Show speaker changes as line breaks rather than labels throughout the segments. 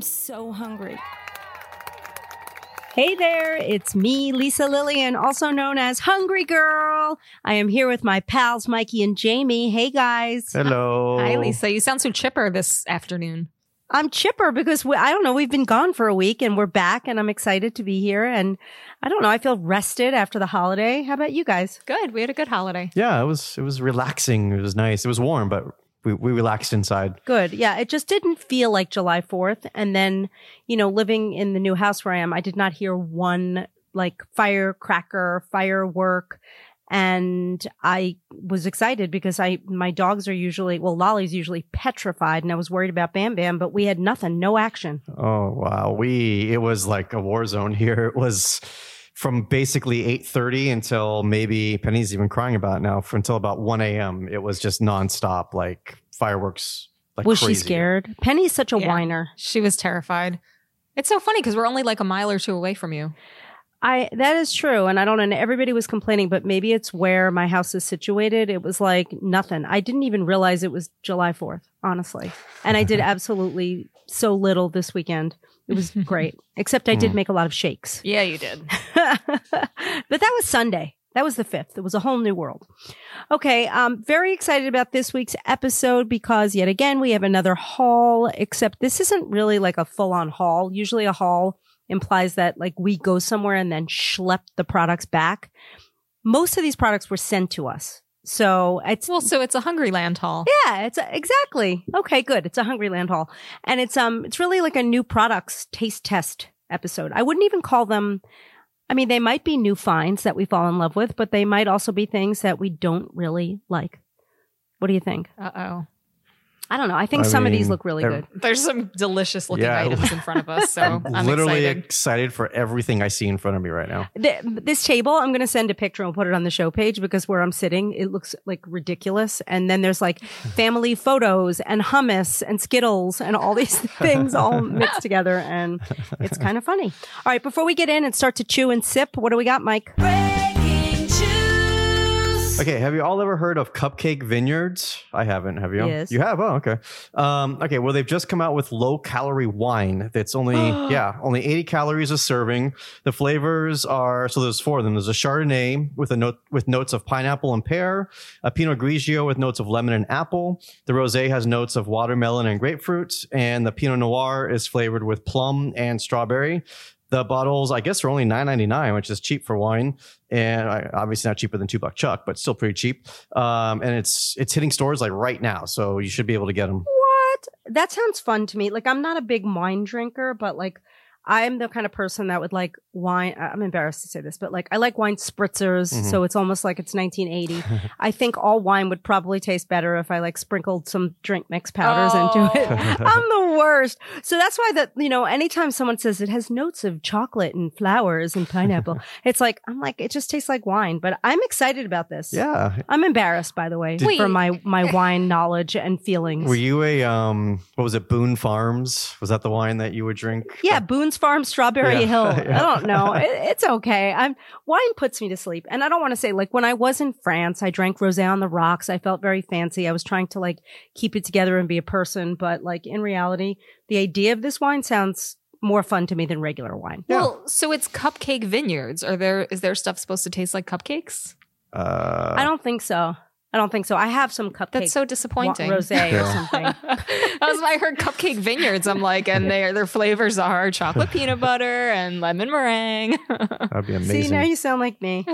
so hungry.
Hey there, it's me, Lisa Lillian, also known as Hungry Girl. I am here with my pals, Mikey and Jamie. Hey guys.
Hello.
Hi, Lisa. You sound so chipper this afternoon.
I'm chipper because we, I don't know, we've been gone for a week and we're back and I'm excited to be here. And I don't know, I feel rested after the holiday. How about you guys?
Good. We had a good holiday.
Yeah, it was it was relaxing. It was nice. It was warm, but we, we relaxed inside.
Good. Yeah. It just didn't feel like July 4th. And then, you know, living in the new house where I am, I did not hear one like firecracker, firework. And I was excited because I, my dogs are usually, well, Lolly's usually petrified and I was worried about Bam Bam, but we had nothing, no action.
Oh wow. We it was like a war zone here. It was from basically 8.30 until maybe penny's even crying about it now for until about 1 a.m it was just nonstop like fireworks like
was
crazy.
she scared? Penny's such a
Yeah.
whiner.
She was terrified. It's so funny because we're only like a mile or two away from you.
I that is true, and I don't know. Everybody was complaining, but maybe it's where my house is situated. It was like nothing. I didn't even realize it was July Fourth, honestly. And I did absolutely so little this weekend. It was great, except I did
Hmm.
make a lot of shakes.
Yeah, you did.
but that was Sunday. That was the fifth. It was a whole new world. Okay, I'm very excited about this week's episode because yet again we have another haul, except this isn't really like a full on haul. Usually a haul implies that like we go somewhere and then schlep the products back. Most of these products were sent to us. So it's
Well, so it's a Hungry Land haul.
yeah, it's a, exactly. Okay, good. It's a Hungry Land haul. And it's um it's really like a new products taste test episode. I wouldn't even call them I mean, they might be new finds that we fall in love with, but they might also be things that we don't really like. What do you think?
Uh oh.
I don't know. I think
I
some of these
mean,
look really
ev-
good.
There's some delicious looking
Yeah.
items in front of us. So I'm
literally
excited.
for everything i see in front of me right now
Th this table, I'm going to send a picture and we'll put it on the show page because where I'm sitting, it looks like ridiculous. And then there's like family photos and hummus and Skittles and all these things all mixed together. And it's kind of funny. All right. Before we get in and start to chew and sip, what do we got, Mike?
okay have you all ever heard of cupcake vineyards i haven't have you
Yes.
you have oh okay um, okay well they've just come out with low calorie wine that's only yeah only 80 calories a serving the flavors are so there's four of them there's a chardonnay with a note with notes of pineapple and pear a Pinot Grigio with notes of lemon and apple. The rosé has notes of watermelon and grapefruit, and the Pinot Noir is flavored with plum and strawberry. The bottles, I guess, are only nine ninety nine, which is cheap for wine, and I- obviously not cheaper than two buck chuck, but still pretty cheap. Um, and it's it's hitting stores like right now, so you should be able to get them.
What? That sounds fun to me. Like, I'm not a big wine drinker, but like, I'm the kind of person that would like wine. I- I'm embarrassed to say this, but like, I like wine spritzers.
Mhm.
So it's almost like it's 1980. I think all wine would probably taste better if I like sprinkled some drink mix powders into
Oh.
it. I'm the worst. So that's why that, you know, anytime someone says it has notes of chocolate and flowers and pineapple, it's like, I'm like, it just tastes like wine, but I'm excited about this.
yeah.
I'm embarrassed, by the way,
Did-
for my, my wine knowledge and feelings.
Were you a um? What was it? Boone Farms was that the wine that you would drink?
Yeah, Boone's Farm, Strawberry
Yeah.
Hill.
Yeah.
I don't know. It, it's okay. I'm wine puts me to sleep, and I don't want to say like when I was in France, I drank rosé on the rocks. I felt very fancy. I was trying to like keep it together and be a person, but like in reality, the idea of this wine sounds more fun to me than regular wine.
Yeah.
Well, so it's cupcake vineyards. Are there is their stuff supposed to taste like cupcakes?
Uh,
I don't think so. I don't think so. I have some cupcakes.
That's so disappointing.
Rosé or
Yeah.
something.
that was my I heard cupcake vineyards. I'm like, and their their flavors are chocolate peanut butter and lemon meringue.
That'd be amazing.
See, now you sound like me.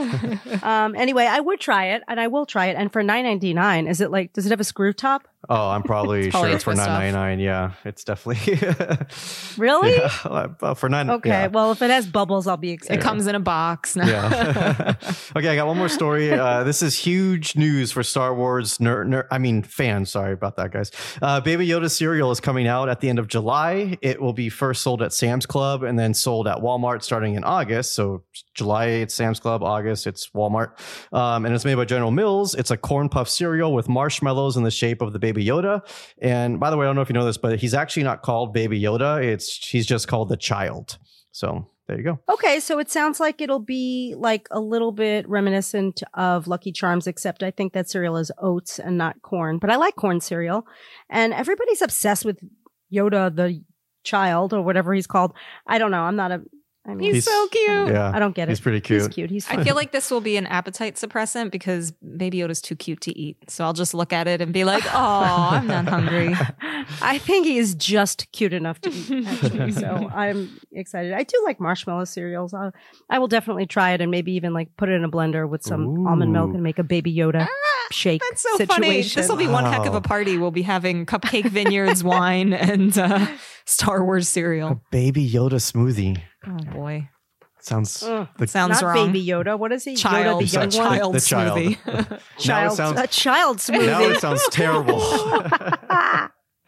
um, anyway, I would try it, and I will try it. And for nine ninety nine, is it like? Does it have a screw top?
Oh, I'm probably
It's
sure
probably
it's for
twist off.
nine ninety nine. Yeah, it's definitely
Really?
Yeah, uh, for nine.
Okay.
yeah.
Well, if it has bubbles, I'll be
It
excited.
comes in a box now.
Yeah. okay, I got one more story. Uh, this is huge news for Star Wars. Ner- ner- I mean, fans. Sorry about that, guys. Uh, Baby Yoda cereal is coming out at the end of July. It will be first sold at Sam's Club and then sold at Walmart starting in August. So July it's Sam's Club, August it's Walmart, um, and it's made by General Mills. It's a corn puff cereal with marshmallows in the shape of the Baby Yoda. And by the way, I don't know if you know this, but he's actually not called Baby Yoda. It's he's just called the Child. So there you go.
Okay, so it sounds like it'll be like a little bit reminiscent of Lucky Charms, except I think that cereal is oats and not corn. But I like corn cereal, and everybody's obsessed with Yoda the child or whatever he's called. I don't know. I'm not a. I mean,
He's,
He's-
so cute.
Hmm. I
Yeah,
don't get it.
he's pretty
He's
cute.
cute. He's
I
fun.
feel like this will be an appetite suppressant because Baby Yoda's too cute to eat. So I'll just look at it and be like, "Oh, I'm not hungry."
I think he is just cute enough to eat, actually. so I'm excited. I do like marshmallow cereals. I'll, I will definitely try it and maybe even like put it in a blender with some
Ooh.
almond milk and make a baby Yoda shake.
Ah, That's so funny.
situation.
This will be one heck of
Wow.
a party. We'll be having cupcake vineyards, wine, and uh, Star Wars
A
cereal.
baby Yoda smoothie
Oh boy,
sounds.
Ugh.
The-
sounds
Not
wrong.
baby Yoda. What is he?
child,
Yoda, the young
Sorry,
one.
child
The child.
smoothie.
now it
Child,
sounds.
a child
Now
smoothie.
it sounds terrible.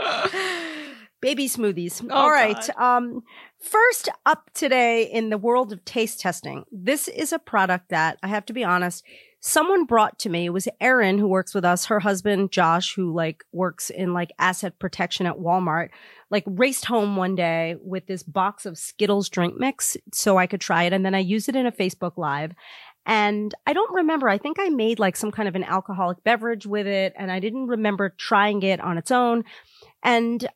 Ah. Baby smoothies.
Oh,
All right. Um, first up today in the world of taste testing, this is a product that I have to be honest, someone brought to me. It was Erin who works with us, her husband Josh, who like works in like asset protection at Walmart, like raced home one day with this box of Skittles drink mix so I could try it. And then I used it in a Facebook Live. And I don't remember. I think I made like some kind of an alcoholic beverage with it, and I didn't remember trying it on its own. And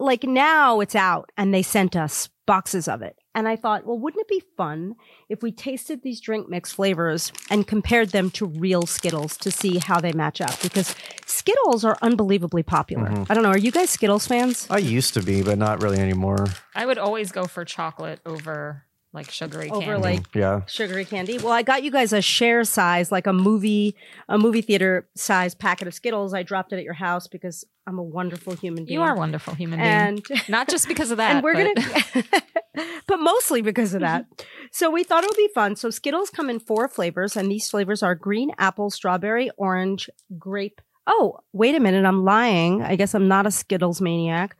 like now it's out, and they sent us boxes of it. And I thought, well, wouldn't it be fun if we tasted these drink mix flavors and compared them to real Skittles to see how they match up? Because Skittles are unbelievably popular.
Mhm.
I don't know. Are you guys Skittles fans?
I used to be, but not really anymore.
I would always go for chocolate over like sugary
Over,
candy.
like-
Mm, yeah,
sugary candy. Well, I got you guys a share size, like a movie, a movie theater size packet of Skittles. I dropped it at your house because I'm a wonderful human being.
you are a wonderful human being.
and
Not just because of that.
and we're
but-
gonna, but mostly because of that. so we thought it would be fun. So Skittles come in four flavors, and these flavors are green apple, strawberry, orange, grape. Oh, wait a minute, I'm lying. I guess I'm not a Skittles maniac.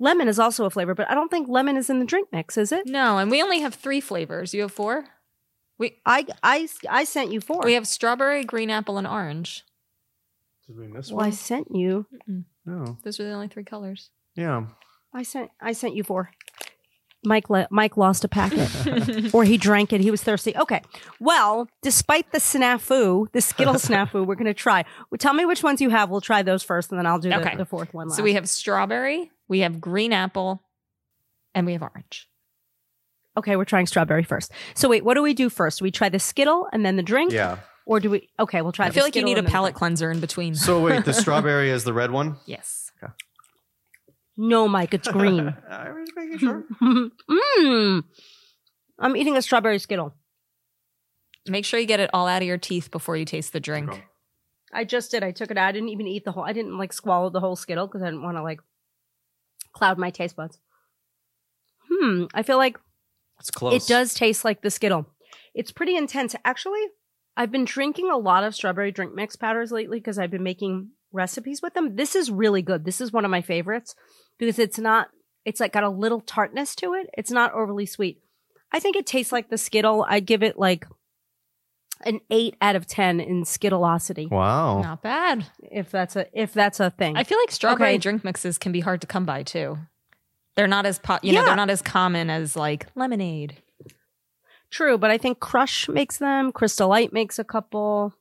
Lemon is also a flavor, but I don't think lemon is in the drink mix, is it?
No, and we only have three flavors. You have four?
I I I sent you four.
We have strawberry, green apple, and orange.
Did we miss
well, I sent you.
No.
Those are the only three colors.
Yeah.
I sent I sent you four. Mike le- Mike lost a packet.
Hmm. That's
or he drank it. He was thirsty. Okay. Well, despite the snafu, the Skittle snafu, we're going to try. Well, Tell me which ones you have. We'll try those first, and then I'll do the,
Okay.
the fourth one. Last.
So we have strawberry, we have green apple, and we have orange.
okay, we're trying strawberry first. So wait, what do we do first? Do we try the Skittle and then the drink,
Yeah.
or do we? Okay, we'll try.
I
the
feel like you
Skittle
need a
and then the
palate
drink.
cleanser in between.
So wait, the strawberry is the red one.
yes.
No, Mike, it's green. Hmm.
I was making sure.
Mmm. I'm eating a strawberry Skittle.
Make sure you get it all out of your teeth before you taste the drink.
I just did. I took it out. I didn't even eat the whole. I didn't like swallow the whole Skittle because I didn't want to like cloud my taste buds. Hmm. I feel like
It's close.
it does taste like the Skittle. It's pretty intense, actually. I've been drinking a lot of strawberry drink mix powders lately because I've been making recipes with them. This is really good. This is one of my favorites because it's not. It's like got a little tartness to it. It's not overly sweet. I think it tastes like the Skittle. I'd give it like an eight out of ten in Skittleosity
Wow.
Not bad.
if that's a if that's a thing.
I feel like strawberry
Okay.
drink mixes can be hard to come by too. They're not as po- you know,
Yeah.
they're not as common as like lemonade.
True, but I think Crush makes them. Crystal Light makes a couple.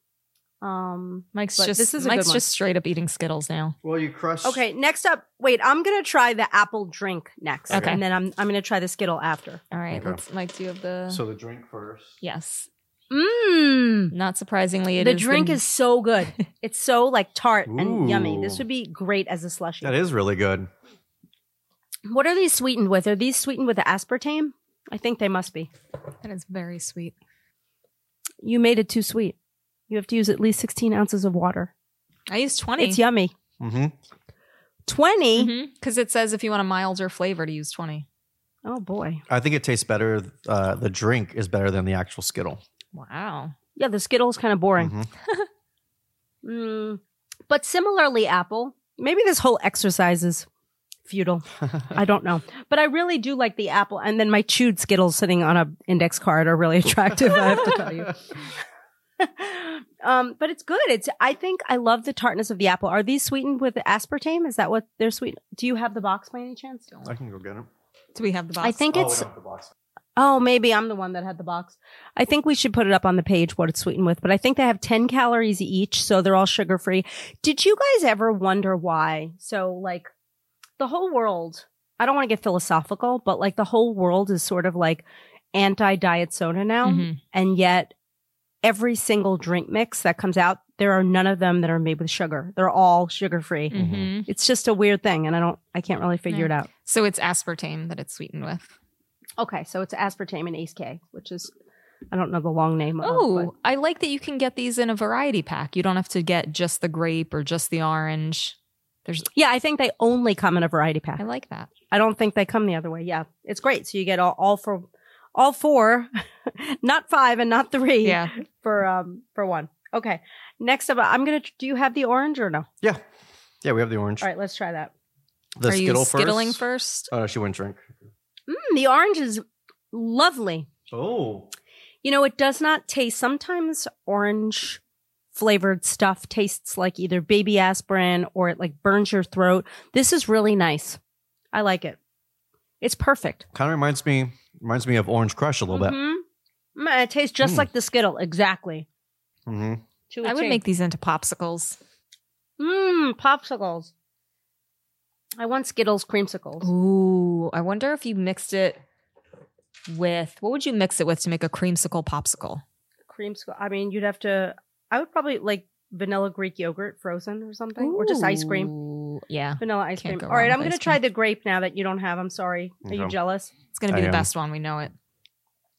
Um
Mike's
But
just
this is a
Mike's
good one.
just straight up eating Skittles now.
Well, you crushed.
Okay, next up. Wait, I'm gonna try the apple drink next,
Okay.
and then I'm I'm gonna try the Skittle after.
All right,
Okay.
let's Mike, do you have the
So the drink first.
Yes.
Mmm.
Not surprisingly, it
The
is
drink is so good. it's so like tart and yummy.
Ooh.
This would be great as a slushie.
That is really good.
What are these sweetened with? Are these sweetened with aspartame? I think they must be.
that is very sweet.
You made it too sweet. You have to use at least 16 ounces of water.
I use twenty.
It's yummy.
Mm-hmm.
20.
Because it says if you want a milder flavor to use 20.
Oh boy.
I think it tastes better. Uh, the drink is better than the actual Skittle.
Wow.
Yeah, the Skittle's kind of boring.
Mhm.
Mm. But similarly, Apple, maybe this whole exercise is futile.
Mm-hmm.
I don't know. But I really do like the Apple. And then my chewed Skittles sitting on a index card are really attractive, I have to tell you. um, but it's good. It's I think I love the tartness of the apple. Are these sweetened with aspartame? Is that what they're sweet? Do you have the box by any chance?
I can go get it.
Do we have the box?
I think it's
the box.
Oh, maybe I'm the one that had the box. I think we should put it up on the page what it's sweetened with, but I think they have 10 calories each, so they're all sugar free. Did you guys ever wonder why? So, like, the whole world I don't want to get philosophical, but like the whole world is sort of like anti diet soda now.
Mhm.
And yet, every single drink mix that comes out, there are none of them that are made with sugar. They're all sugar free.
Mhm.
It's just a weird thing. And I don't, I can't really figure
Yeah.
it out.
So it's aspartame that it's sweetened with.
Okay. So it's aspartame and Ace K, which is, I don't know the long name of but-
Oh, I like that you can get these in a variety pack. You don't have to get just the grape or just the orange.
Yeah, I think they only come in a variety pack.
I like that.
I don't think they come the other way. Yeah, it's great. So you get all, all for all four, not five and not three
Yeah.
for um for one. Okay. Next up, I'm gonna. Do you have the orange or no? All
Yeah. Yeah, we have the orange.
right, let's try that.
The
Are you
Skittle first.
skittling first?
Oh, no, she wouldn't drink.
Mm, the orange is lovely.
Oh.
You know, it does not taste. Sometimes orange flavored stuff tastes like either baby aspirin or it like burns your throat. This is really nice. I like it. It's perfect.
Kind of reminds me reminds me of Orange Crush a little
Mhm. Mm, It tastes just
Mm.
like the Skittle, exactly.
bit.
Mm-hmm.
hmm
To a
I would
T.
make these into popsicles.
Mmm, popsicles. I want Skittles creamsicles.
Ooh, I wonder if you mixed it with what would you mix it with to make a creamsicle popsicle?
Creamsicle. I mean, you'd have to. I would probably like vanilla Greek yogurt frozen or something, or just ice cream.
Ooh, Yeah,
Vanilla ice cream.
Can't go
All right,
wrong
I'm
with
going to
ice
try the grape now that you don't have. I'm sorry. Are you
Okay.
jealous?
it's gonna be
I
the
am.
best one. We know it.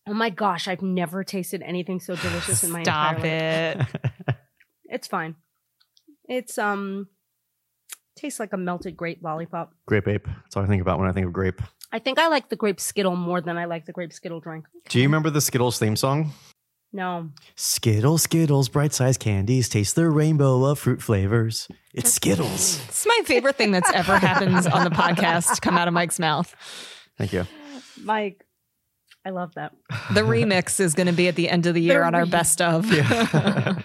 Oh my gosh, I've never tasted anything so delicious in my
Stop
entire life.
it.
It's fine. It's um tastes like a melted grape lollipop.
Grape ape. That's all I think about when I think of grape.
I think I like the grape skittle more than I like the grape skittle drink.
Do you remember the Skittles theme song?
No.
Skittles, Skittles, bright size candies, taste the rainbow of fruit flavors. It's Skittles.
It's my favorite thing that's ever happened on the podcast come out of Mike's mouth.
Thank you.
Mike, I love that.
The remix is going to be at the end of the year
The
on our
remix.
best of.
Yeah.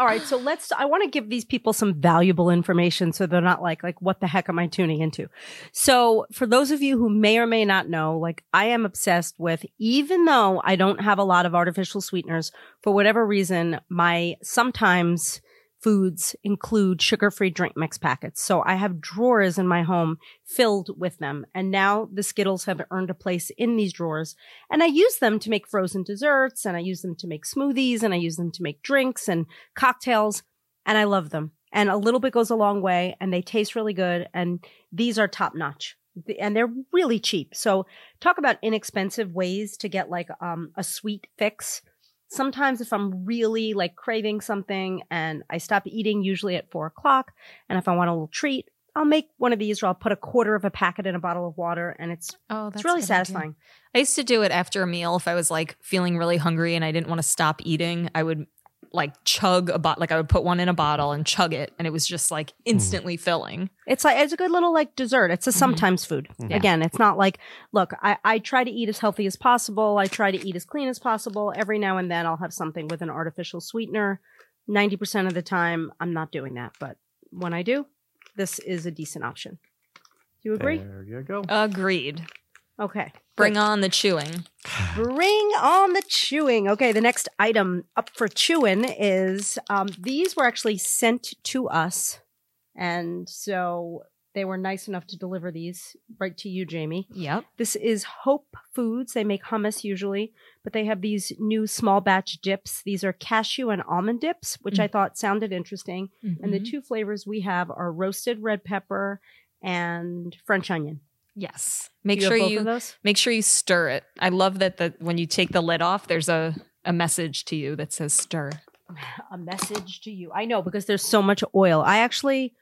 Oh,
All right, so let's. I want to give these people some valuable information so they're not like, like, what the heck am I tuning into? So, for those of you who may or may not know, like, I am obsessed with, even though I don't have a lot of artificial sweeteners, for whatever reason, my sometimes foods include sugar free drink mix packets. So, I have drawers in my home filled with them. And now the Skittles have earned a place in these drawers. And I use them to make frozen desserts and I use them to make smoothies and I use them to make drinks and cocktails and I love them. And a little bit goes a long way and they taste really good and these are top notch. The- And they're really cheap. So talk about inexpensive ways to get like um a sweet fix. Sometimes if I'm really like craving something and I stop eating usually at four o'clock and if I want a little treat, I'll make one of these or I'll put a quarter of a packet in a bottle of water and it's
Oh, that's
it's really
a good idea.
satisfying.
I used to do it after a meal if I was like feeling really hungry and I didn't want to stop eating. I would like chug a bot, like I would put one in a bottle and chug it, and it was just like
Hmm.
instantly filling.
It's like it's a good little like dessert. It's a sometimes food.
Yeah.
Again, it's not like look, I, I try to eat as healthy as possible. I try to eat as clean as possible. Every now and then I'll have something with an artificial sweetener. Ninety percent of the time I'm not doing that, but when I do, this is a decent option. Do you agree?
There you go.
Agreed.
Okay.
Bring on the chewing. Oh.
Bring on the chewing. Okay, the next item up for chewing is um, these were actually sent to us. And so they were nice enough to deliver these right to you, Jamie.
Yep.
This is Hope Foods. They make hummus usually, but they have these new small batch dips. These are cashew and almond dips, which I thought sounded interesting. And the
Mhm.
two flavors we have are roasted red pepper and French onion.
yes. Make
Do have
sure
both of
you
those?
make sure you stir it. I love that the when you take the lid off, there's a a message to you that says stir.
a message to you. I know because there's so much oil. I actually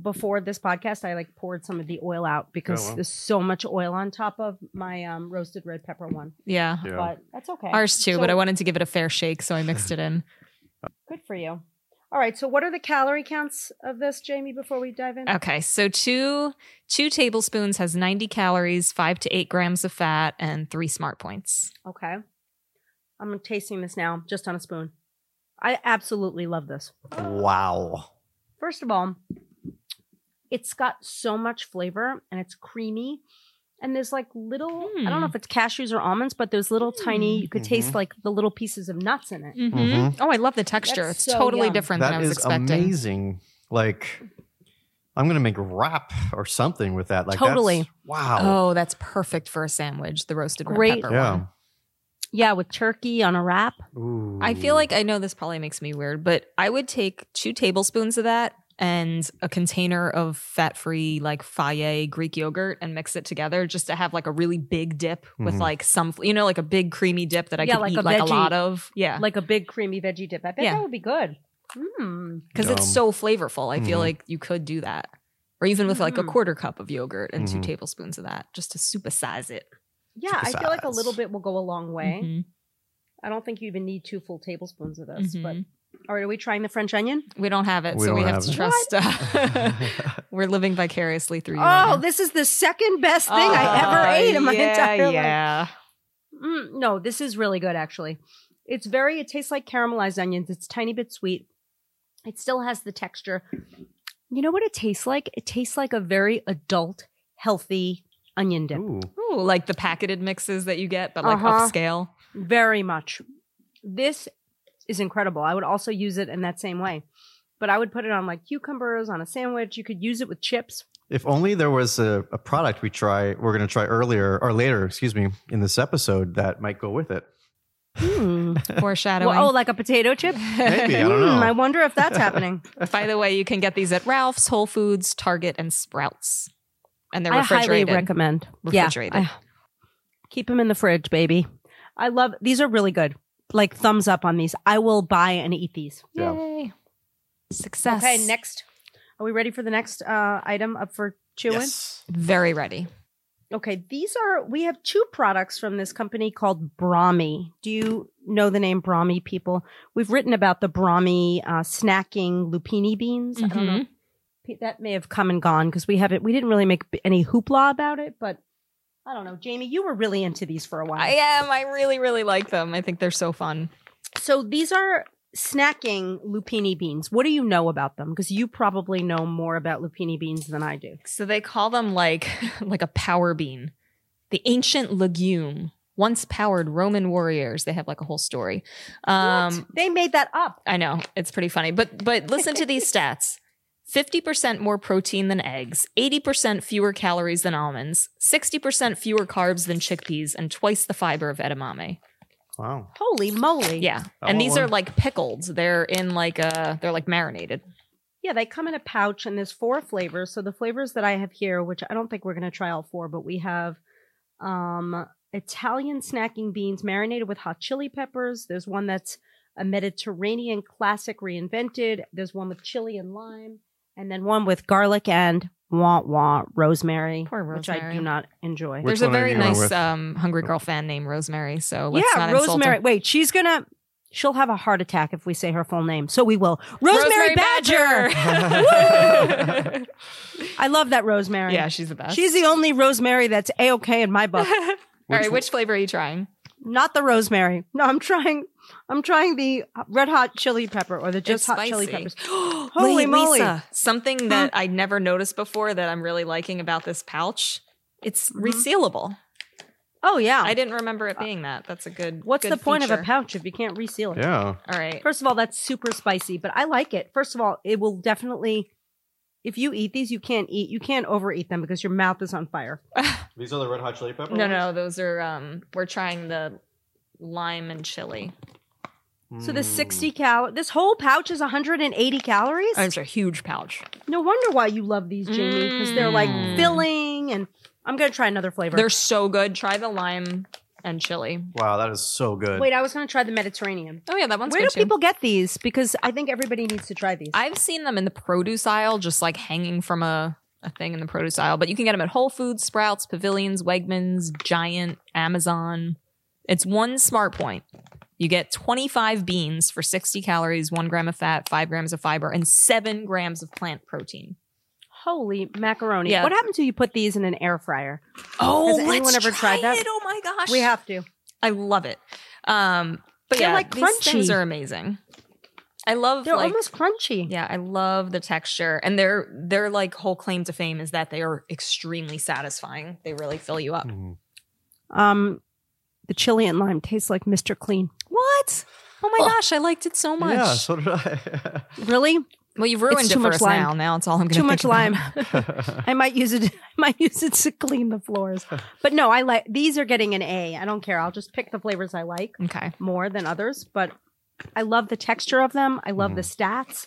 before this podcast I like poured some of the oil out because
Oh, wow.
there's so much oil on top of my um, roasted red pepper one.
Yeah.
Yeah.
But that's okay.
Ours too,
So,
but I wanted to give it a fair shake, so I mixed it in.
good for you. All right, so what are the calorie counts of this, Jamie, before we dive in?
Okay, so two two tablespoons has 90 calories, five to eight grams of fat, and three smart points.
Okay. I'm tasting this now just on a spoon. I absolutely love this.
Wow.
First of all, it's got so much flavor and it's creamy. And there's like little, I don't know
Hmm. Mm-hmm.
if it's cashews or almonds, but there's little tiny, you could taste like the little pieces of nuts in
Mm.
it.
Mhm.
Oh, I love the texture.
Mm-hmm. That's
it's
so
totally
yum.
different than
That
I was
is
expecting.
amazing. Like I'm gonna make wrap or something with that. Like
Totally.
that's- Wow.
Oh, that's perfect for a sandwich. The roasted red
Great.
pepper
yeah.
one.
Yeah, with turkey on a wrap.
Ooh.
I feel like I know this probably makes me weird, but I would take two tablespoons of that and a container of fat-free like faye Greek yogurt and mix it together just to have like a really big dip with
Mhm.
like some you know like a big creamy dip that I
Yeah,
could
like
eat
a
like a
veggie.
lot of. Yeah.
Like a big creamy veggie dip. I bet
Ah. Yeah.
that would be good. Mm.
because it's
Yum.
so flavorful. I feel
Mhm.
like you could do that, or even with like a
Mhm.
quarter cup of yogurt and two
Mhm.
tablespoons of that, just to supersize it.
Yeah, I feel like a
Supersize.
little bit will go a long way.
Mhm,
I don't think you even need two full tablespoons of this. But
mhm.
all right, are we trying the French onion?
we don't have it,
We
so we
don't
have, to
have
trust. Uh, we're living vicariously through you. right
Oh,
now.
this is the second best thing
Oh,
I ever ate in my
yeah,
entire life.
yeah.
Mm, no, this is really good actually. It's very. It tastes like caramelized onions. It's a tiny bit sweet. It still has the texture. You know what it tastes like? It tastes like a very adult, healthy onion dip.
Ooh.
Ooh, like the packeted mixes that you get, but like
Uh-huh.
upscale.
Very much. This is incredible. I would also use it in that same way. But I would put it on like cucumbers, on a sandwich. You could use it with chips.
If only there was a, a product we try we're gonna try earlier or later, excuse me, in this episode that might go with it.
Foreshadowing.
Hmm. Well, oh, like a potato chip?
Maybe, I don't know.
Hmm, I wonder if that's happening.
By the way, you can get these at Ralph's, Whole Foods, Target, and Sprouts, and they're
I highly
refrigerated.
recommend.
Refrigerated.
Yeah, I- keep them in the fridge, baby. I love these are really good. Like thumbs up on these. I will buy and eat these.
Yeah.
Yay! Success.
Okay, next. Are we ready for the next uh, item up for chewing?
Yes.
Very ready.
Okay, these are we have two products from this company called Brahmi. Do you know the name Brahmi people? We've written about the Brahmi uh, snacking lupini beans. I
Mm-hmm.
don't know. P- That may have come and gone because we haven't we didn't really make b- any hoopla about it, but I don't know. Jamie, you were really into these for a while.
I am. I really, really like them. I think they're so fun.
so these are snacking lupini beans. What do you know about them? Because you probably know more about lupini beans than I do.
So they call them like like a power bean, the ancient legume. Once powered Roman warriors. They have like a whole story. Um,
What? They made that up.
I know it's pretty funny, but but listen to these stats. 50% more protein than eggs, 80% fewer calories than almonds, 60% fewer carbs than chickpeas, and twice the fiber of edamame.
Wow.
Holy moly.
Yeah.
I want
and these are
one.
like pickled. They're in like a they're like marinated.
Yeah, they come in a pouch and there's four flavors. So the flavors that I have here, which I don't think we're going to try all four, but we have um, Italian snacking beans marinated with hot chili peppers. There's one that's a Mediterranean classic reinvented. There's one with chili and lime, and then one with garlic and wah wah rosemary,
Poor
which I
rosemary.
do not enjoy.
Which
There's a
one are
very
you going
nice
with?
um, Hungry Girl fan named Rosemary. So let's
yeah,
not
Rosemary.
insult
Wait, she's gonna. She'll have a heart attack if we say her full name. So we will.
her.
Rosemary, Badger.
Badger.
I love that Rosemary.
yeah, she's the best.
She's the only Rosemary that's a okay in my book.
All right, which flavor are you trying?
Not the rosemary. No, I'm trying. I'm trying the red hot chili pepper or the just
It's
hot chili
spicy.
peppers.
Holy
Holy moly!
Lisa, something that I never noticed before that I'm really liking about this pouch. It's
Mhm.
resealable.
Oh yeah.
I didn't remember it being that. That's a good.
What's
good
the point of a
feature.
pouch if you can't reseal it?
Yeah.
All right.
First of all, that's super spicy, but I like it. First of all, it will definitely. If you eat these, you can't eat. You can't overeat them because your mouth is on fire.
These are the red hot chili peppers?
No, no, those are. Um, we're trying the lime and chili.
So
Hmm.
this 60
Mm.
cal, this whole pouch is 180 calories.
a huge pouch.
no wonder why you love these, Jamie, because they're like
Mm.
filling. And I'm gonna try another flavor.
They're so good. Try the lime and chili.
Wow, that is so good.
Wait, I was gonna try the Mediterranean.
Oh yeah, that one's
Where do
good too.
people get these? Because I think everybody needs to try these.
I've seen them in the produce aisle, just like hanging from a, a thing in the produce aisle. But you can get them at Whole Foods, Sprouts, Pavilions, Wegmans, Giant, Amazon. It's one smart point. You get 25 beans for 60 calories, one gram of fat, five grams of fiber, and seven grams of plant protein.
Holy macaroni!
Yeah.
What happens if you put these in an air fryer?
Oh,
Has anyone ever tried that?
Oh my gosh.
We have to.
I love it. Um, but
They're,
yeah,
like,
these things
crunchy.
are amazing. I love
They're
like,
almost crunchy.
Yeah, I love the texture, and their their like whole claim to fame is that they are extremely satisfying. They really fill you up.
Mm.
Um, the chili and lime tastes like Mr. Clean.
What? Oh my
Oh.
gosh, I liked it so much.
Yeah, so did I.
Really?
Well, you've ruined
It's
it
too
for
much
us
lime.
now. Now it's all I'm going to
Too much
think about.
lime. I might use it. I might use it to clean the floors. But no, I like these. Are getting an A. I don't care. I'll just pick the flavors I like
Okay.
more than others. But I love the texture of them. I love the stats.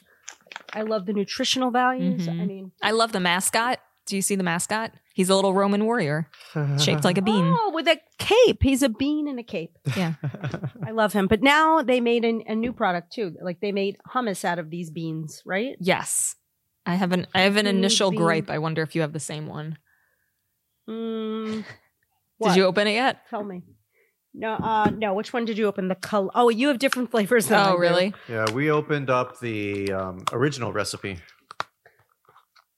I love the nutritional values. I
Mhm.
mean,
I love the mascot. Do you see the mascot? He's a little Roman warrior shaped like a bean.
oh, with a cape. He's a bean in a cape.
Yeah.
I love him. But now they made an, a new product too. Like they made hummus out of these beans, right?
Yes. I have an I have an initial
Maybe.
gripe. I wonder if you have the same one.
Mm, what?
Did you open it yet?
tell me? No, uh, no. Which one did you open? The color. Oh, you have different flavors. Than I
Oh,
do.
really?
yeah, we opened up the um, original recipe.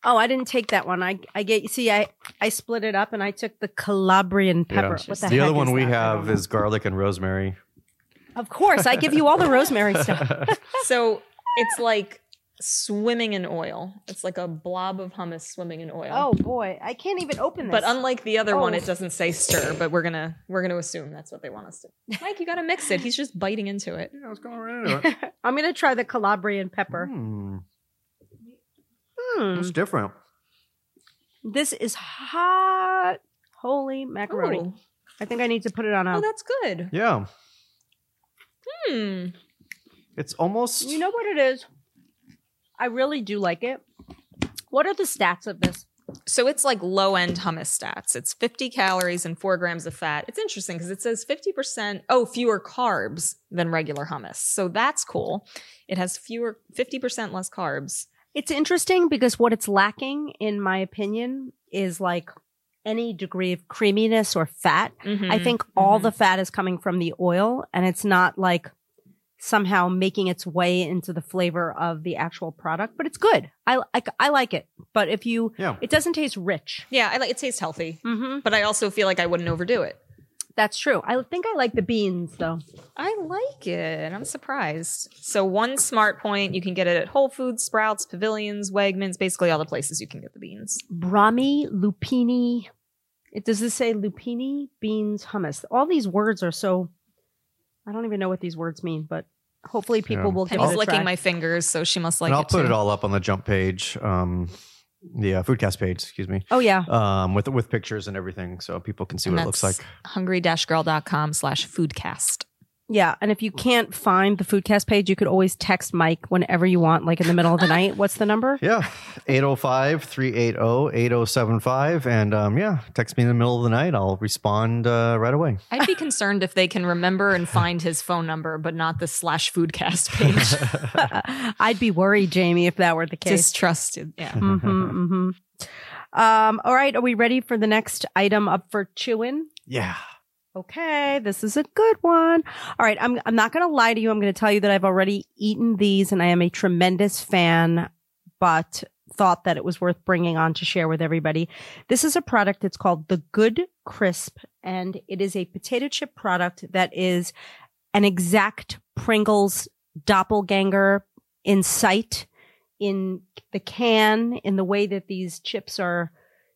Oh, I didn't take that one. I I get see I I split it up and I took the Calabrian pepper. What the,
the other
heck
one
is
we
that? I
have
don't
is garlic and rosemary.
know. Of course, I give you all the rosemary stuff.
So it's like swimming in oil. It's like a blob of hummus swimming in oil.
Oh boy, I can't even open this.
But unlike the other one,
Oh.
it doesn't say stir. But we're gonna we're gonna assume that's what they want us to. Mike, you gotta mix it. He's just biting into it.
Yeah, what's going right into it.
I'm gonna try the Calabrian pepper.
Hmm,
Hmm.
it's different.
This is hot. Holy macaroni!
Oh,
I think I need to put it on a.
oh, that's good.
Yeah,
Hmm.
it's almost.
you know what it is? I really do like it. What are the stats of this?
So it's like low end hummus stats. It's 50 calories and four grams of fat. It's interesting because it says 50%, oh, fewer carbs than regular hummus. So that's cool. It has fewer, 50% less carbs.
It's interesting because what it's lacking, in my opinion, is like any degree of creaminess or fat.
Mm-hmm.
I think all the fat is coming from the oil and it's not like somehow making its way into the flavor of the actual product, but it's good. I, I, I like it. But if you,
Yeah.
it doesn't taste rich.
Yeah, I like it tastes healthy,
Mm-hmm.
but I also feel like I wouldn't overdo it.
That's true. I think I like the beans though.
I like it. I'm surprised. So one smart point, you can get it at Whole Foods, Sprouts, Pavilions, Wegmans, basically all the places you can get the beans.
Brahmi, lupini. It does this say lupini, beans, hummus? All these words are so. I don't even know what these words mean, but hopefully people
Yeah.
will give
Penny's
it a
licking
try.
my fingers, so she must like
and I'll
it
put
too.
it all up on the jump page, um, the uh, foodcast page, excuse me,
oh yeah,
um, with with pictures and everything, so people can see
And
what it looks
that's
like.
hungry-girl.com slash foodcast.
yeah. And if you can't find the foodcast page, you could always text Mike whenever you want, like in the middle of the night. What's the number?
Yeah, 805-380-8075. and um, yeah, text me in the middle of the night. I'll respond uh, right away.
I'd be concerned if they can remember and find his phone number, but not the slash foodcast page.
I'd be worried, Jamie, if that were the case.
Distrusted. Yeah.
hmm hmm
mm-hmm.
Um, all right, are we ready for the next item up for chewing?
Yeah.
Okay, this is a good one. All right, I'm I'm not going to lie to you. I'm going to tell you that I've already eaten these and I am a tremendous fan, but thought that it was worth bringing on to share with everybody. This is a product it's called the Good Crisp and it is a potato chip product that is an exact Pringles doppelganger in sight in the can in the way that these chips are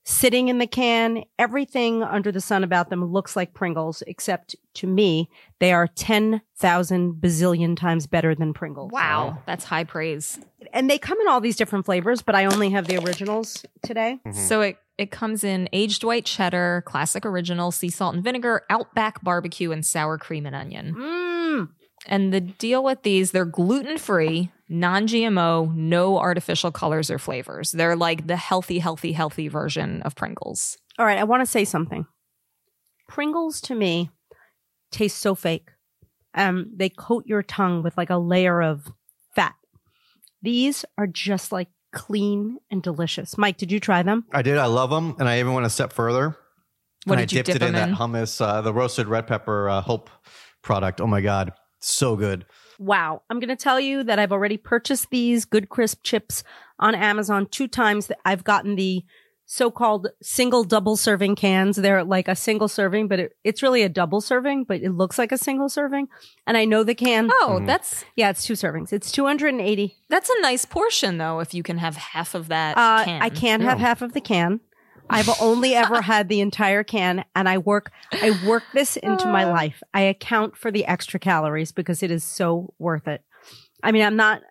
sitting in the can. Everything under the sun about them looks like Pringles, except to me, they are 10,000 bazillion times better than Pringles.
Wow. That's high praise.
And they come in all these different flavors, but I only have the originals today.
Mhm.
So it, it comes in aged white cheddar, classic original, sea salt and vinegar, outback barbecue, and sour cream and onion.
Mmm.
And the deal with these, they're gluten free, non GMO, no artificial colors or flavors. They're like the healthy, healthy, healthy version of Pringles.
All right, I want to say something. Pringles to me taste so fake. Um, they coat your tongue with like a layer of fat. These are just like clean and delicious. Mike, did you try them?
I did. I love them, and I even went a step further.
What
and
did
I
you
dipped
dip
it in that
them in?
hummus, uh, the roasted red pepper uh, Hope product. Oh my god, so good.
Wow. I'm going to tell you that I've already purchased these good crisp chips on Amazon two times. I've gotten the so-called single double serving cans. They're like a single serving, but it, it's really a double serving, but it looks like a single serving. And I know the can.
Oh,
Mhm.
that's
Yeah, it's two servings. It's 280.
That's a nice portion, though, if you can have half of that.
Uh,
can.
I can't have
Yeah.
half of the can. I've only ever had the entire can and I work, I work this into my
Uh.
life. I account for the extra calories because it is so worth it. I mean, I'm not,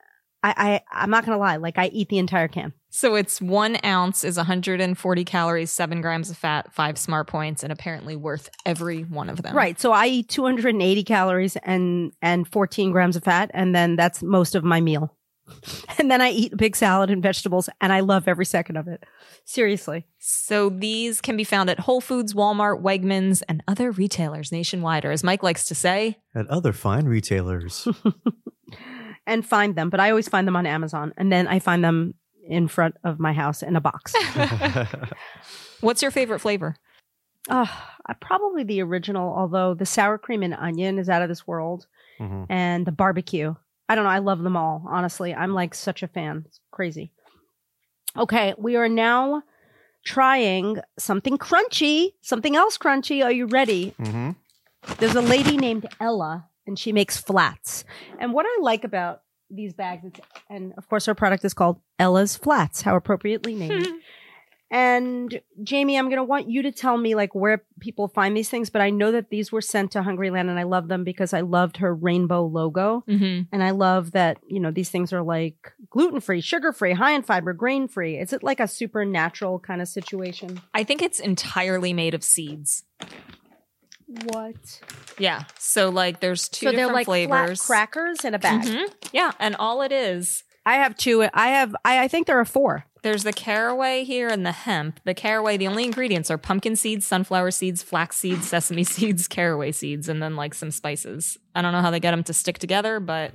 I, I I'm not gonna lie, like I eat the entire can.
So it's one ounce is 140 calories, seven grams of fat, five smart points, and apparently worth every one of them.
Right. So I eat 280 calories and and 14 grams of fat, and then that's most of my meal. And then I eat a big salad and vegetables, and I love every second of it. Seriously.
So these can be found at Whole Foods, Walmart, Wegmans, and other retailers nationwide, or as Mike likes to say,
At other fine retailers.
And find them, but I always find them on Amazon, and then I find them in front of my house in a box.
Mm-hmm.
what's your favorite flavor?
Ugh, I- probably the original, although the sour cream and onion is out of this world,
Mhm.
and the barbecue. I don't know. I love them all. Honestly, I'm like such a fan. It's crazy. Okay, we are now trying something crunchy, something else crunchy. Are you ready?
Mhm.
There's a lady named Ella, and she makes flats. And what I like about these bags, it's, and of course, her product is called Ella's Flats, how appropriately named. and Jamie, I'm going to want you to tell me like where people find these things, but I know that these were sent to Hungry Land, and I love them because I loved her rainbow logo.
Mm-hmm.
And I love that, you know, these things are like gluten free, sugar free, high in fiber, grain free. Is it like a supernatural kind of situation?
I think it's entirely made of seeds.
What?
Yeah. So like there's two
so they're
different
like
flavors.
flat crackers in a bag.
Mhm. Yeah, and all it is
I have two. I have. I, I think there are four.
There's the caraway here and the hemp. The caraway, the only ingredients are pumpkin seeds, sunflower seeds, flax seeds, sesame seeds, caraway seeds, and then like some spices. I don't know how they get them to stick together, but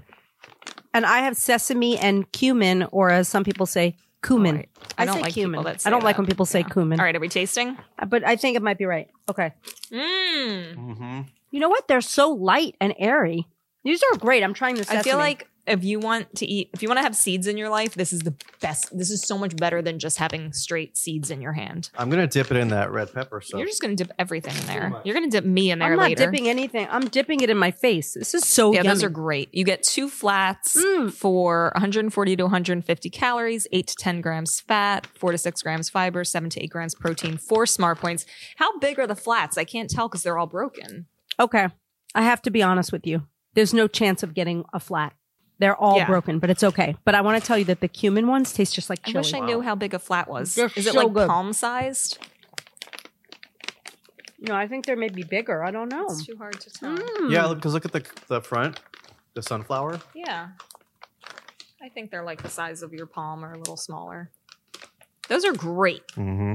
And I have sesame and cumin, or as some people say, cumin.
All right. I, don't
say
like
cumin.
people that
I don't
say
like
that.
when people say
Yeah.
cumin.
All right, are we tasting?
But I think it might be right. Okay.
Mmm.
Mhm.
You know what? They're so light and airy. These are great. I'm trying the sesame.
I feel like if you want to eat, if you want to have seeds in your life, this is the best. This is so much better than just having straight seeds in your hand.
I'm gonna dip it in that red pepper sauce.
You're just gonna dip everything in
Too
there.
much.
You're gonna dip me in there
I'm not
later.
dipping anything. I'm dipping it in my face. This is so
yeah,
yummy.
those are great. You get two flats
Mm.
for 140 to 150 calories, eight to 10 grams fat, four to six grams fiber, seven to eight grams protein, four smart points. How big are the flats? I can't tell because they're all broken.
Okay. I have to be honest with you. There's no chance of getting a flat. They're all
Yeah.
broken, but it's okay. But I want to tell you that the cumin ones taste just like
I
chili.
wish I knew how big a flat was.
They're
Is it
so
like
good.
palm sized?
no, I think they're maybe bigger. I don't know.
It's too hard to tell.
Mm.
yeah, because look at the the front, the sunflower.
Yeah. I think they're like the size of your palm or a little smaller. Those are great.
Mm-hmm.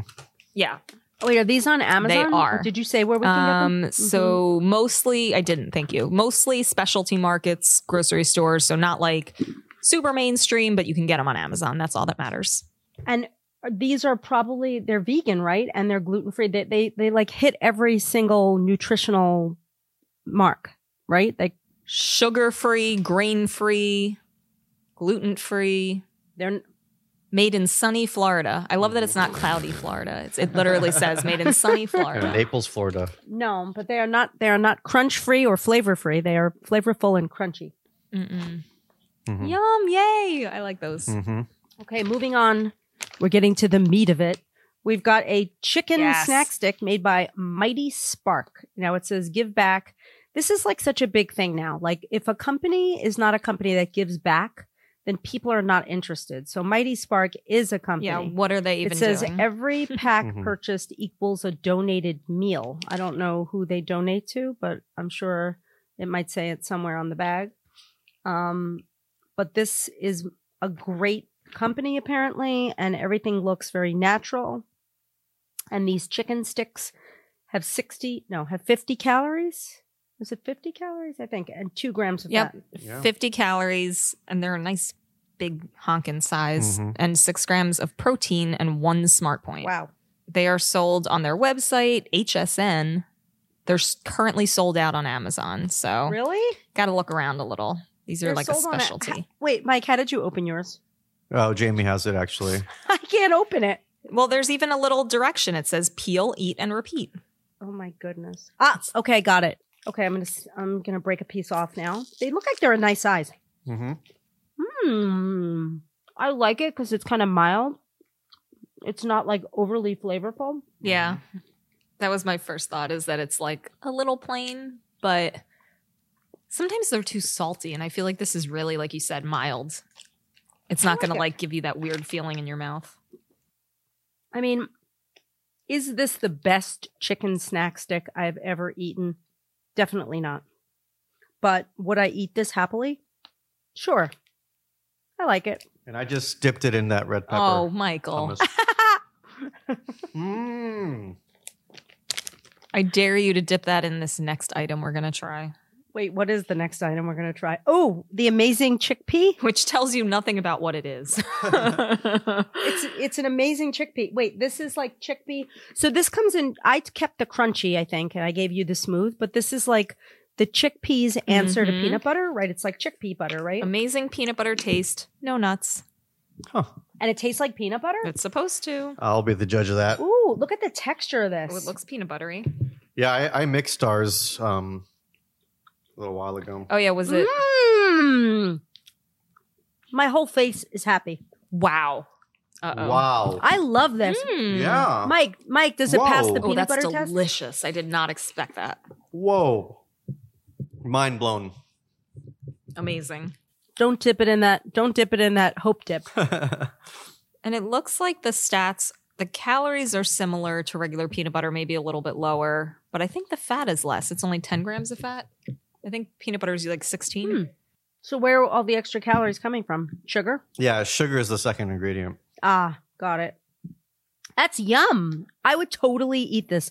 Yeah.
Wait, are these on Amazon?
are.
Did you say where we can get them? Mm-hmm.
Um, so mostly, I didn't, thank you. Mostly specialty markets, grocery stores. So not like super mainstream, but you can get them on Amazon. That's all that matters.
And these are probably they're vegan, right? And they're gluten free. They, they they like hit every single nutritional mark, right? Like
Sugar free, grain free, gluten free,
they're
made in sunny Florida. I love that it's not cloudy Florida. It's, it literally says made in sunny
And
Florida.
Naples, Florida.
no, but they are not they are not crunch free or flavor free. They are flavorful and crunchy.
Mm-mm. Mm-hmm.
Mhm.
Yum, yay. I like those.
Mhm.
Okay, moving on. We're getting to the meat of it. We've got a chicken
Yes.
snack stick made by Mighty Spark. Now it says give back. This is like such a big thing now. Like if a company is not a company that gives back, then people are not interested. So Mighty Spark is a company.
Yeah, what are they even
it says
doing?
every pack
Mhm.
purchased equals a donated meal. I don't know who they donate to, but I'm sure it might say it somewhere on the bag. Um, but this is a great company apparently, and everything looks very natural. And these chicken sticks have 60, no, have 50 calories. Is it 50 calories? I think, and two grams of
Yep.
fat.
Yeah.
50 calories and they're a nice big honkin size
Mhm.
and six grams of protein and one smart point
Wow.
they are sold on their website hsn they're s- currently sold out on amazon so
Really?
gotta look around a little these are
They're
like a
sold on a-
specialty
Wait, Mike, how did you open yours?
Oh, Jamie has it actually.
I can't open it.
well there's even a little direction it says peel eat and repeat
Oh my goodness. Ah, okay, got it. Okay, I'm gonna s- I'm gonna break a piece off now. They look like they're a nice size.
Mm-hmm.
Hmm. I like it because it's kind of mild. It's not like overly flavorful.
yeah
Mm-hmm.
that was my first thought is that it's like a little plain but sometimes they're too salty and i feel like this is really like you said mild It's
I
not
like
gonna
it.
like give you that weird feeling in your mouth.
I mean, is this the best chicken snack stick I've ever eaten? Definitely not. But would I eat this happily? Sure. I like it.
And I just dipped it in that red pepper.
Oh, Michael.
Thomas. Mm.
I dare you to dip that in this next item we're gonna try.
Wait, what is the next item we're going to try? Oh, the amazing chickpea.
Which tells you nothing about what it is.
It's it's an amazing chickpea. Wait, this is like chickpea. So this comes in. I kept the crunchy, I think, and I gave you the smooth. But this is like the chickpeas answer
Mhm.
to peanut butter, right? It's like chickpea butter, right?
Amazing peanut butter taste. No nuts.
Huh.
And it tastes like peanut butter.
It's supposed to.
I'll be the judge of that.
Ooh, look at the texture of this.
Oh, it looks peanut buttery.
Yeah, I, I mixed ours um, a little while ago.
Oh yeah, was it?
Mmm. My whole face is happy.
Wow. Hmm. Uh oh.
Wow.
I love Mm-hmm. this.
Yeah.
Mike, Mike, does it pass
Whoa.
the
Oh,
peanut
Mm. Oh, that's
butter test?
delicious. I did not expect that.
Whoa. Mind blown.
Amazing.
Don't dip it in that. Don't dip it in that hope dip.
And it looks like the stats, the calories are similar to regular peanut butter, maybe a little bit lower, but I think the fat is less. It's only 10 grams of fat. I think peanut butter is like 16.
Hmm. So where are all the extra calories coming from? Sugar?
yeah, sugar is the second ingredient.
Ah, got it. That's yum. I would totally eat this.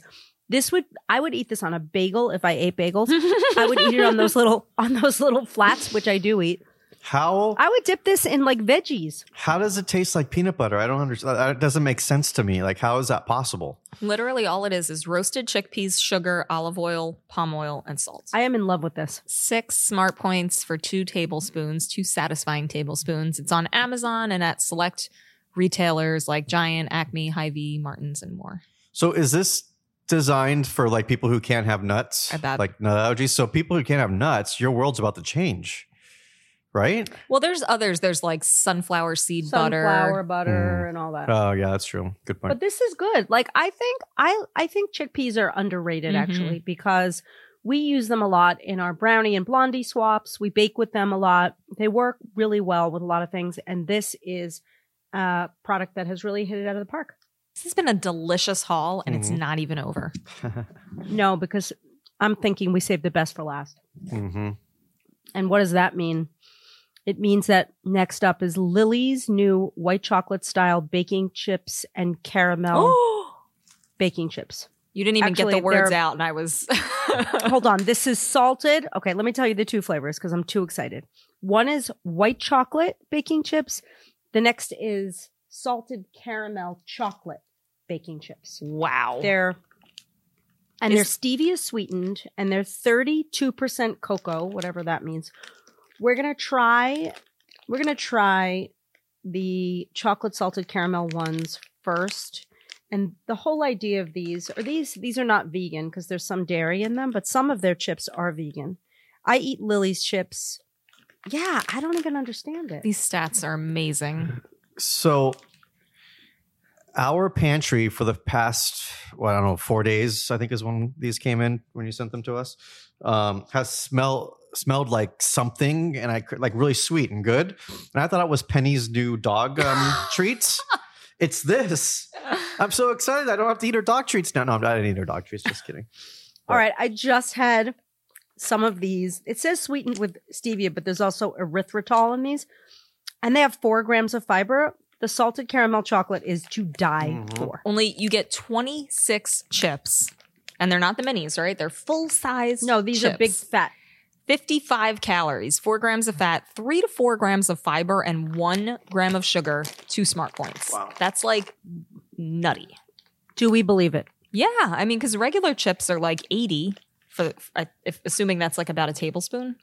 This would I would eat this on a bagel if I ate bagels.
Hmm.
I would eat it on those little on those little flats, which I do eat.
How
I would dip this in like veggies.
how does it taste like peanut butter? I don't understand. That doesn't make sense to me. Like, how is that possible?
Literally, all it is is roasted chickpeas, sugar, olive oil, palm oil, and salt.
I am in love with this.
Six smart points for two tablespoons, two satisfying tablespoons. It's on Amazon and at select retailers like Giant, Acme, Hy-Vee, Martins, and more.
So, is this designed for like people who can't have nuts,
I bet.
like nut allergies? So, people who can't have nuts, your world's about to change, right?
Well, there's others. There's like sunflower seed
Sunflower
butter.
butter and all that.
Oh, yeah, that's true. Good point.
But this is good. Like I think I I think chickpeas are underrated
Mhm.
actually because we use them a lot in our brownie and blondie swaps. We bake with them a lot. They work really well with a lot of things and this is a product that has really hit it out of the park.
This has been a delicious haul, and it's
Mhm.
not even over.
No, because I'm thinking we saved the best for last.
hmm
And what does that mean? It means that next up is Lily's new white chocolate style baking chips and caramel
Oh,
baking chips.
you didn't even get
Actually,
the words
they're-
out, and I was.
Hold on. This is salted. Okay, let me tell you the two flavors because I'm too excited. One is white chocolate baking chips. The next is salted caramel chocolate baking chips.
wow.
They're and
Is-
they're stevia sweetened and they're 32% cocoa, whatever that means. We're going to try we're going to try the chocolate salted caramel ones first. And the whole idea of these are these these are not vegan because there's some dairy in them, but some of their chips are vegan. I eat Lily's chips. Yeah, I don't even understand it.
These stats are amazing.
So, our pantry for the past, well, I don't know, four days, I think is when these came in when you sent them to us, um, has smell smelled like something, and I could like really sweet and good, and I thought it was Penny's new dog um, treats. It's this. I'm so excited! I don't have to eat her dog treats now. No, I didn't eat her dog treats. Just kidding.
All right, I just had some of these. It says sweetened with stevia, but there's also erythritol in these, and they have four grams of fiber. The salted caramel chocolate is to die
Mhm.
for.
Only you get 26 chips, and they're not the minis, right? They're full size.
No, these are big fat.
55 calories, four grams of fat, three to four grams of fiber, and one gram of sugar, two smart points.
Wow.
That's like nutty.
Do we believe it?
Yeah. I mean, because regular chips are like 80 for, I- if, assuming that's like about a tablespoon,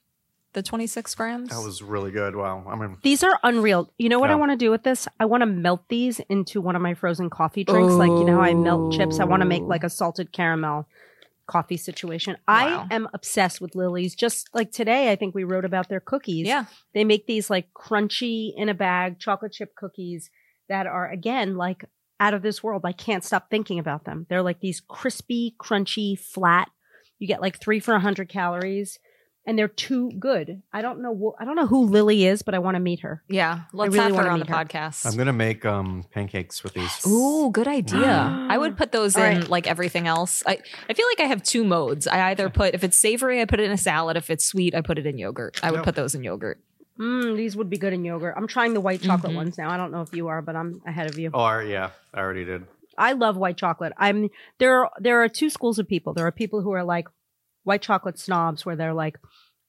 the 26 grams.
That was really good. Wow. I mean,
These are unreal. You know what I
Yeah.
want to do with this? I want to melt these into one of my frozen coffee drinks. Like, you know how I melt chips? I want to make
Oh.
like a salted caramel coffee situation.
Wow.
I am obsessed with Lily's. Just like today, I think we wrote about their cookies.
yeah.
They make these like crunchy in a bag chocolate chip cookies that are again like out of this world. I can't stop thinking about them. They're like these crispy, crunchy, flat. You get like three for a hundred calories. and they're too good. I don't know. Wh- I don't know who Lily is, but I want to meet her.
Yeah, let's
really
have her
wanna
on the
meet her.
I'm
podcast.
gonna make um, pancakes with these.
Ooh, good idea. I would put those
All
in
right.
like everything else. I, I feel like I have two modes. I either put if it's savory, I put it in a salad. If it's sweet, I put it in yogurt. I would
Yep.
put those in yogurt.
Mm, these would be good in yogurt. I'm trying the white chocolate
Mhm.
ones now. I don't know if you are, but I'm ahead of you.
Or yeah, I already did.
I love white chocolate. I'm there. Are, there are two schools of people. There are people who are like white chocolate snobs, where they're like,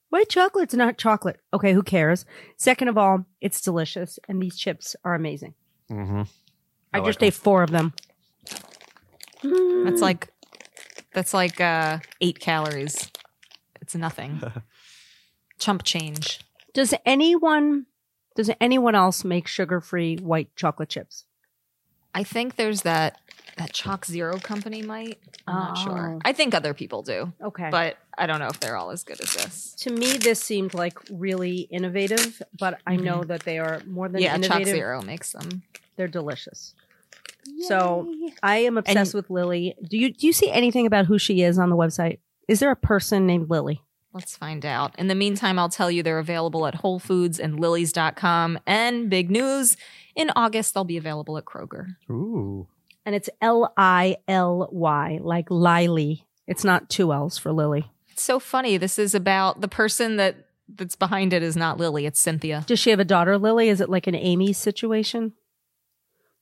white chocolate's not chocolate. Okay, who cares? Second of all, it's delicious, and these chips are amazing.
Mm-hmm.
I,
I like
just ate four of them. Mm.
That's like that's like uh eight calories. It's nothing. Chump change.
Does anyone does anyone else make sugar free white chocolate chips?
I think there's that that Chalk Zero company might. I'm not
Oh.
sure. I think other people do,
Okay.
but I don't know if they're all as good as this.
to me this seemed like really innovative, but I know that they are more than
yeah, Chalk
innovative.
Zero makes them.
They're delicious. So I am obsessed
And-
with Lily. Do you do you see anything about who she is on the website? Is there a person named Lily?
Let's find out. In the meantime, I'll tell you they're available at Whole Foods and Lilies.com. And big news in August, they'll be available at Kroger.
Ooh.
And it's L I L Y, like Lily. It's not two L's for Lily.
It's so funny. This is about the person that that's behind it is not Lily, it's Cynthia.
Does she have a daughter, Lily? Is it like an Amy's situation?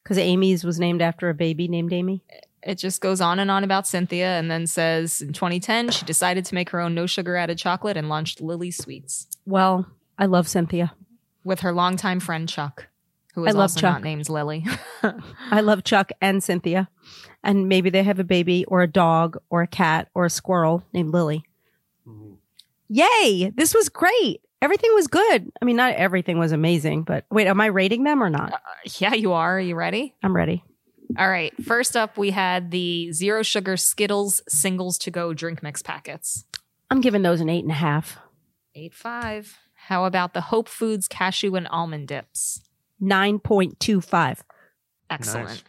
Because Amy's was named after a baby named Amy.
It just goes on and on about Cynthia and then says in 2010, she decided to make her own no sugar added chocolate and launched Lily Sweets.
Well, I love Cynthia.
with her longtime friend Chuck, who is
I love
also
Chuck.
not named Lily.
I love Chuck and Cynthia. And maybe they have a baby or a dog or a cat or a squirrel named Lily.
Mm-hmm.
Yay! This was great. Everything was good. I mean, not everything was amazing, but wait, am I rating them or not?
yeah, you are. Are you ready?
I'm ready.
All right. First up, we had the zero sugar Skittles singles to go drink mix packets.
I'm giving those an eight and a half.
Eight five. How about the Hope Foods cashew and almond dips?
9.25.
Excellent.
Nice.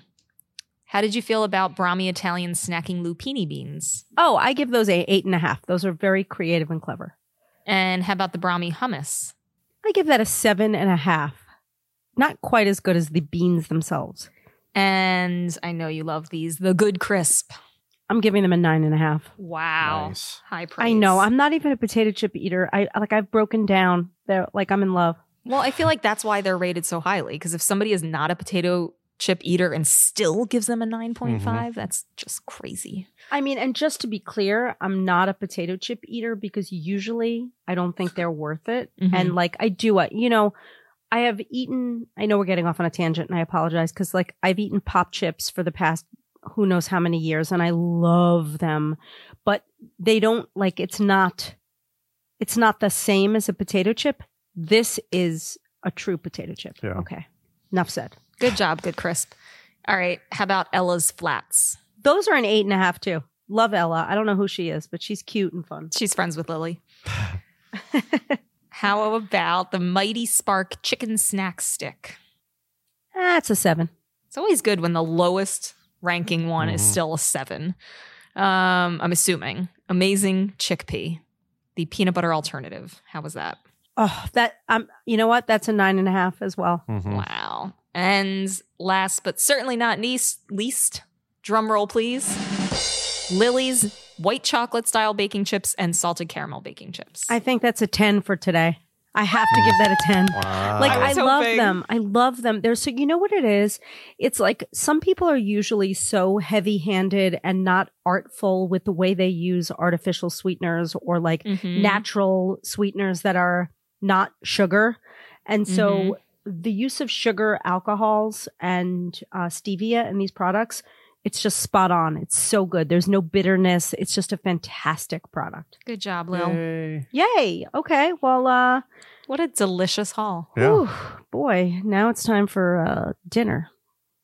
How did you feel about Brahmi Italian snacking lupini beans?
Oh, I give those a eight and a half. Those are very creative and clever.
And how about the Brahmi hummus?
I give that a seven and a half. Not quite as good as the beans themselves.
And I know you love these, the good crisp.
I'm giving them a nine and a half.
Wow.
Nice.
High praise.
I know. I'm not even a potato chip eater. I like I've broken down. They're like I'm in love.
Well, I feel like that's why they're rated so highly. Because if somebody is not a potato chip eater and still gives them a 9.5, that's just crazy.
I mean, and just to be clear, I'm not a potato chip eater because usually I don't think they're worth it.
Mhm.
And like I do uh, you know, I have eaten I know we're getting off on a tangent and I apologize cuz like I've eaten pop chips for the past who knows how many years and I love them, but they don't like it's not it's not the same as a potato chip. This is a true potato chip.
Yeah.
Okay. Enough said.
Good job. Good crisp. All right. How about Ella's Flats?
Those are an eight and a half too. Love Ella. I don't know who she is, but she's cute and fun.
She's friends with Lily. How about the Mighty Spark Chicken Snack Stick?
That's a seven.
It's always good when the lowest ranking one is
Mhm.
still a seven. Um, I'm assuming. Amazing Chickpea, the peanut butter alternative. How was that?
Oh, that um, you know what? That's a nine and a half as well.
Mhm.
Wow. And last but certainly not least, least drum roll please. Lily's white chocolate style baking chips and salted caramel baking chips.
I think that's a ten for today. I have to give that a ten.
Wow.
Like
I
I,
was
love
hoping.
them. I love them. They're so you know what it is? It's like some people are usually so heavy handed and not artful with the way they use artificial sweeteners or like
Mhm.
natural sweeteners that are not sugar. And so the use of sugar, alcohols, and uh, stevia in these products, it's just spot on. It's so good. There's no bitterness. It's just a fantastic product.
Good job, Lil.
Yay.
Yay. Okay. Well, uh,
What a delicious haul.
Yeah.
whew, boy, now it's time for uh, dinner.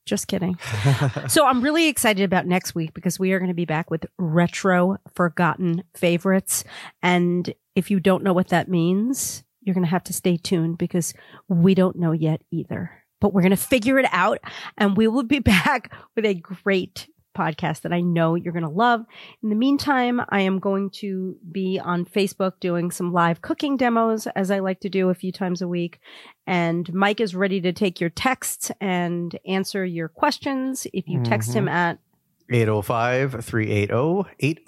Just kidding. so I'm really excited about next week because we are going to be back with retro forgotten favorites. And if you don't know what that means, you're going to have to stay tuned because we don't know yet either. But we're going to figure it out and we will be back with a great podcast that I know you're going to love. In the meantime, I am going to be on Facebook doing some live cooking demos as I like to do a few times a week. And Mike is ready to take your texts and answer your questions. If you text him at
805 380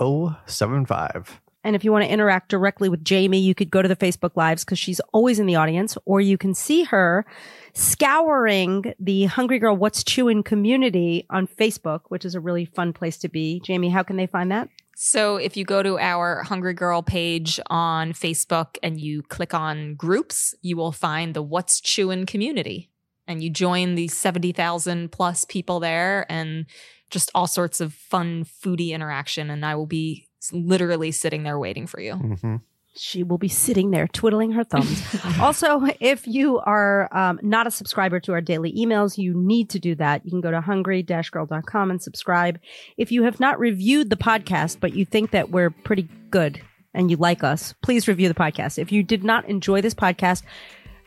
8075.
And if you want to interact directly with Jamie, you could go to the Facebook Lives because she's always in the audience, or you can see her scouring the Hungry Girl What's Chewin' community on Facebook, which is a really fun place to be. Jamie, how can they find that?
So if you go to our Hungry Girl page on Facebook and you click on groups, you will find the What's Chewin' community. And you join the 70,000 plus people there and just all sorts of fun foodie interaction. And I will be s- literally sitting there waiting for you.
Mm-hmm.
She will be sitting there twiddling her thumbs. also, if you are um, not a subscriber to our daily emails, you need to do that. You can go to hungry-girl.com and subscribe. If you have not reviewed the podcast, but you think that we're pretty good and you like us, please review the podcast. If you did not enjoy this podcast,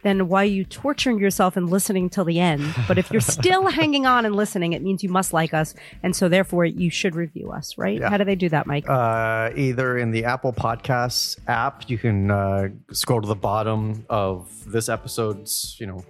then why are you torturing yourself and listening till the end? But if you're still hanging on and listening, it means you must like us. And so therefore you should review us, right?
Yeah.
How do they do that, Mike?
Uh, either in the Apple Podcasts app, you can uh, scroll to the bottom of this episode's, you know,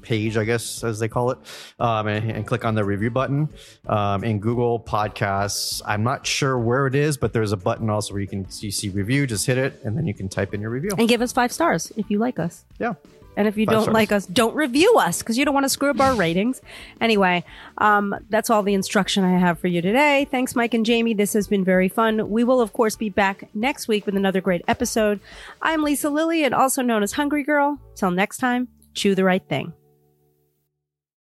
page, I guess, as they call it, um, and, and click on the review button. Um, in Google Podcasts, I'm not sure where it is, but there's a button also where you can you see review. Just hit it, and then you can type in your review.
and give us five stars if you like us.
Yeah.
And if you do
Five
don't
stars.
like us, don't review us because you don't want to screw up our ratings. Anyway, um, that's all the instruction I have for you today. Thanks, Mike and Jamie. This has been very fun. We will, of course, be back next week with another great episode. I'm Lisa Lilly, and also known as Hungry Girl. Till next time, chew the right thing.